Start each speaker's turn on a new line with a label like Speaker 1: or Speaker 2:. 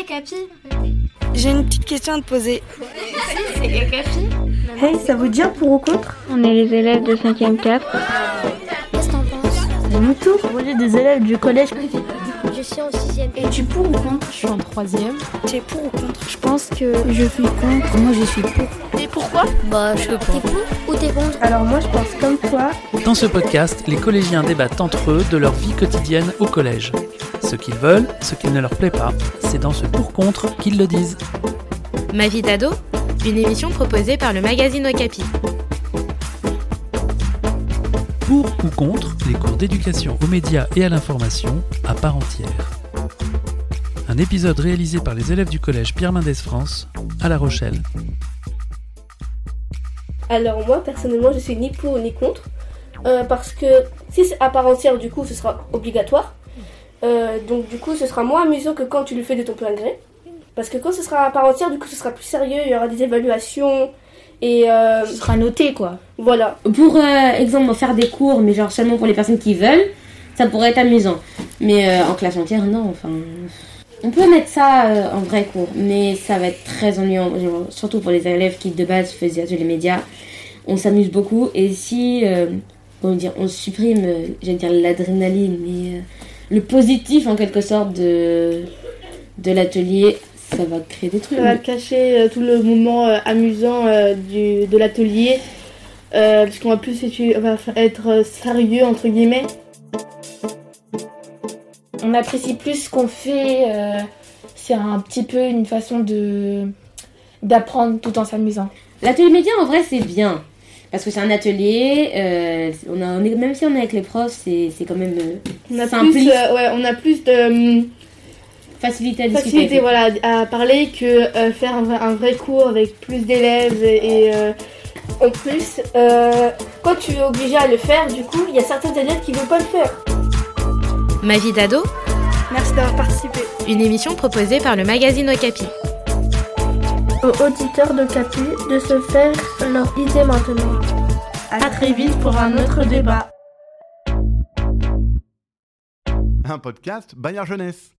Speaker 1: Eh Capi
Speaker 2: J'ai une petite question à te poser.
Speaker 1: C'est Capi
Speaker 3: Hey, ça vous dit un pour ou contre
Speaker 4: On est les élèves de 5ème 4.
Speaker 1: Qu'est-ce que t'en penses
Speaker 3: Mon tour Vous voyez des élèves du collège
Speaker 1: Je suis en 6ème.
Speaker 5: Et tu pour ou contre
Speaker 6: Je suis en troisième.
Speaker 2: T'es pour ou contre
Speaker 5: Je pense que je suis contre. Moi, je suis pour.
Speaker 6: Et pourquoi
Speaker 1: Bah, je peux pas. T'es pour ou t'es contre
Speaker 3: Alors moi je pense comme toi.
Speaker 7: Dans ce podcast, les collégiens débattent entre eux de leur vie quotidienne au collège. Ce qu'ils veulent, ce qui ne leur plaît pas, c'est dans ce pour-contre qu'ils le disent.
Speaker 8: Ma vie d'ado, une émission proposée par le magazine Okapi.
Speaker 7: Pour ou contre les cours d'éducation aux médias et à l'information à part entière. Un épisode réalisé par les élèves du collège Pierre Mendès France à La Rochelle.
Speaker 9: Alors moi personnellement je suis ni pour ni contre euh, parce que si c'est à part entière du coup ce sera obligatoire Euh, donc du coup ce sera moins amusant que quand tu le fais de ton plein gré parce que quand ce sera à part entière du coup ce sera plus sérieux il y aura des évaluations et euh,
Speaker 10: Ce sera noté quoi.
Speaker 9: voilà
Speaker 11: Pour euh, exemple, faire des cours, mais genre seulement pour les personnes qui veulent, ça pourrait être amusant. Mais euh, en classe entière, non, enfin. On peut mettre ça euh, en vrai cours, mais ça va être très ennuyant, genre, surtout pour les élèves qui de base faisaient les médias. On s'amuse beaucoup et si euh, comment dire, on supprime, euh, j'allais dire l'adrénaline, mais euh, le positif en quelque sorte de, de l'atelier, ça va créer des trucs.
Speaker 12: Ça va cacher euh, tout le moment euh, amusant euh, du, de l'atelier, euh, puisqu'on va plus étu- on va fa- être euh, sérieux, entre guillemets.
Speaker 13: on apprécie plus ce qu'on fait. euh, c'est un petit peu une façon de d'apprendre tout en s'amusant.
Speaker 11: L'atelier média, en vrai, c'est bien. Parce que c'est un atelier, euh, on a, on est- même si on est avec les profs, c'est c'est quand même euh,
Speaker 12: On a plus,
Speaker 11: Simpliste.
Speaker 12: euh, ouais, on a plus de hum,
Speaker 11: facilité à discuter.
Speaker 12: facilité voilà, à parler que euh, faire un vrai, un vrai cours avec plus d'élèves et, et, euh,
Speaker 9: en plus euh, quand tu es obligé à le faire du coup il y a certains élèves qui veulent pas le faire
Speaker 8: Ma vie d'ado,
Speaker 2: Merci d'avoir participé.
Speaker 8: une émission proposée par le magazine Okapi.
Speaker 5: Aux auditeurs de Capu de se faire leur idée maintenant.
Speaker 3: À très vite pour un autre débat.
Speaker 14: Un podcast Bayard Jeunesse.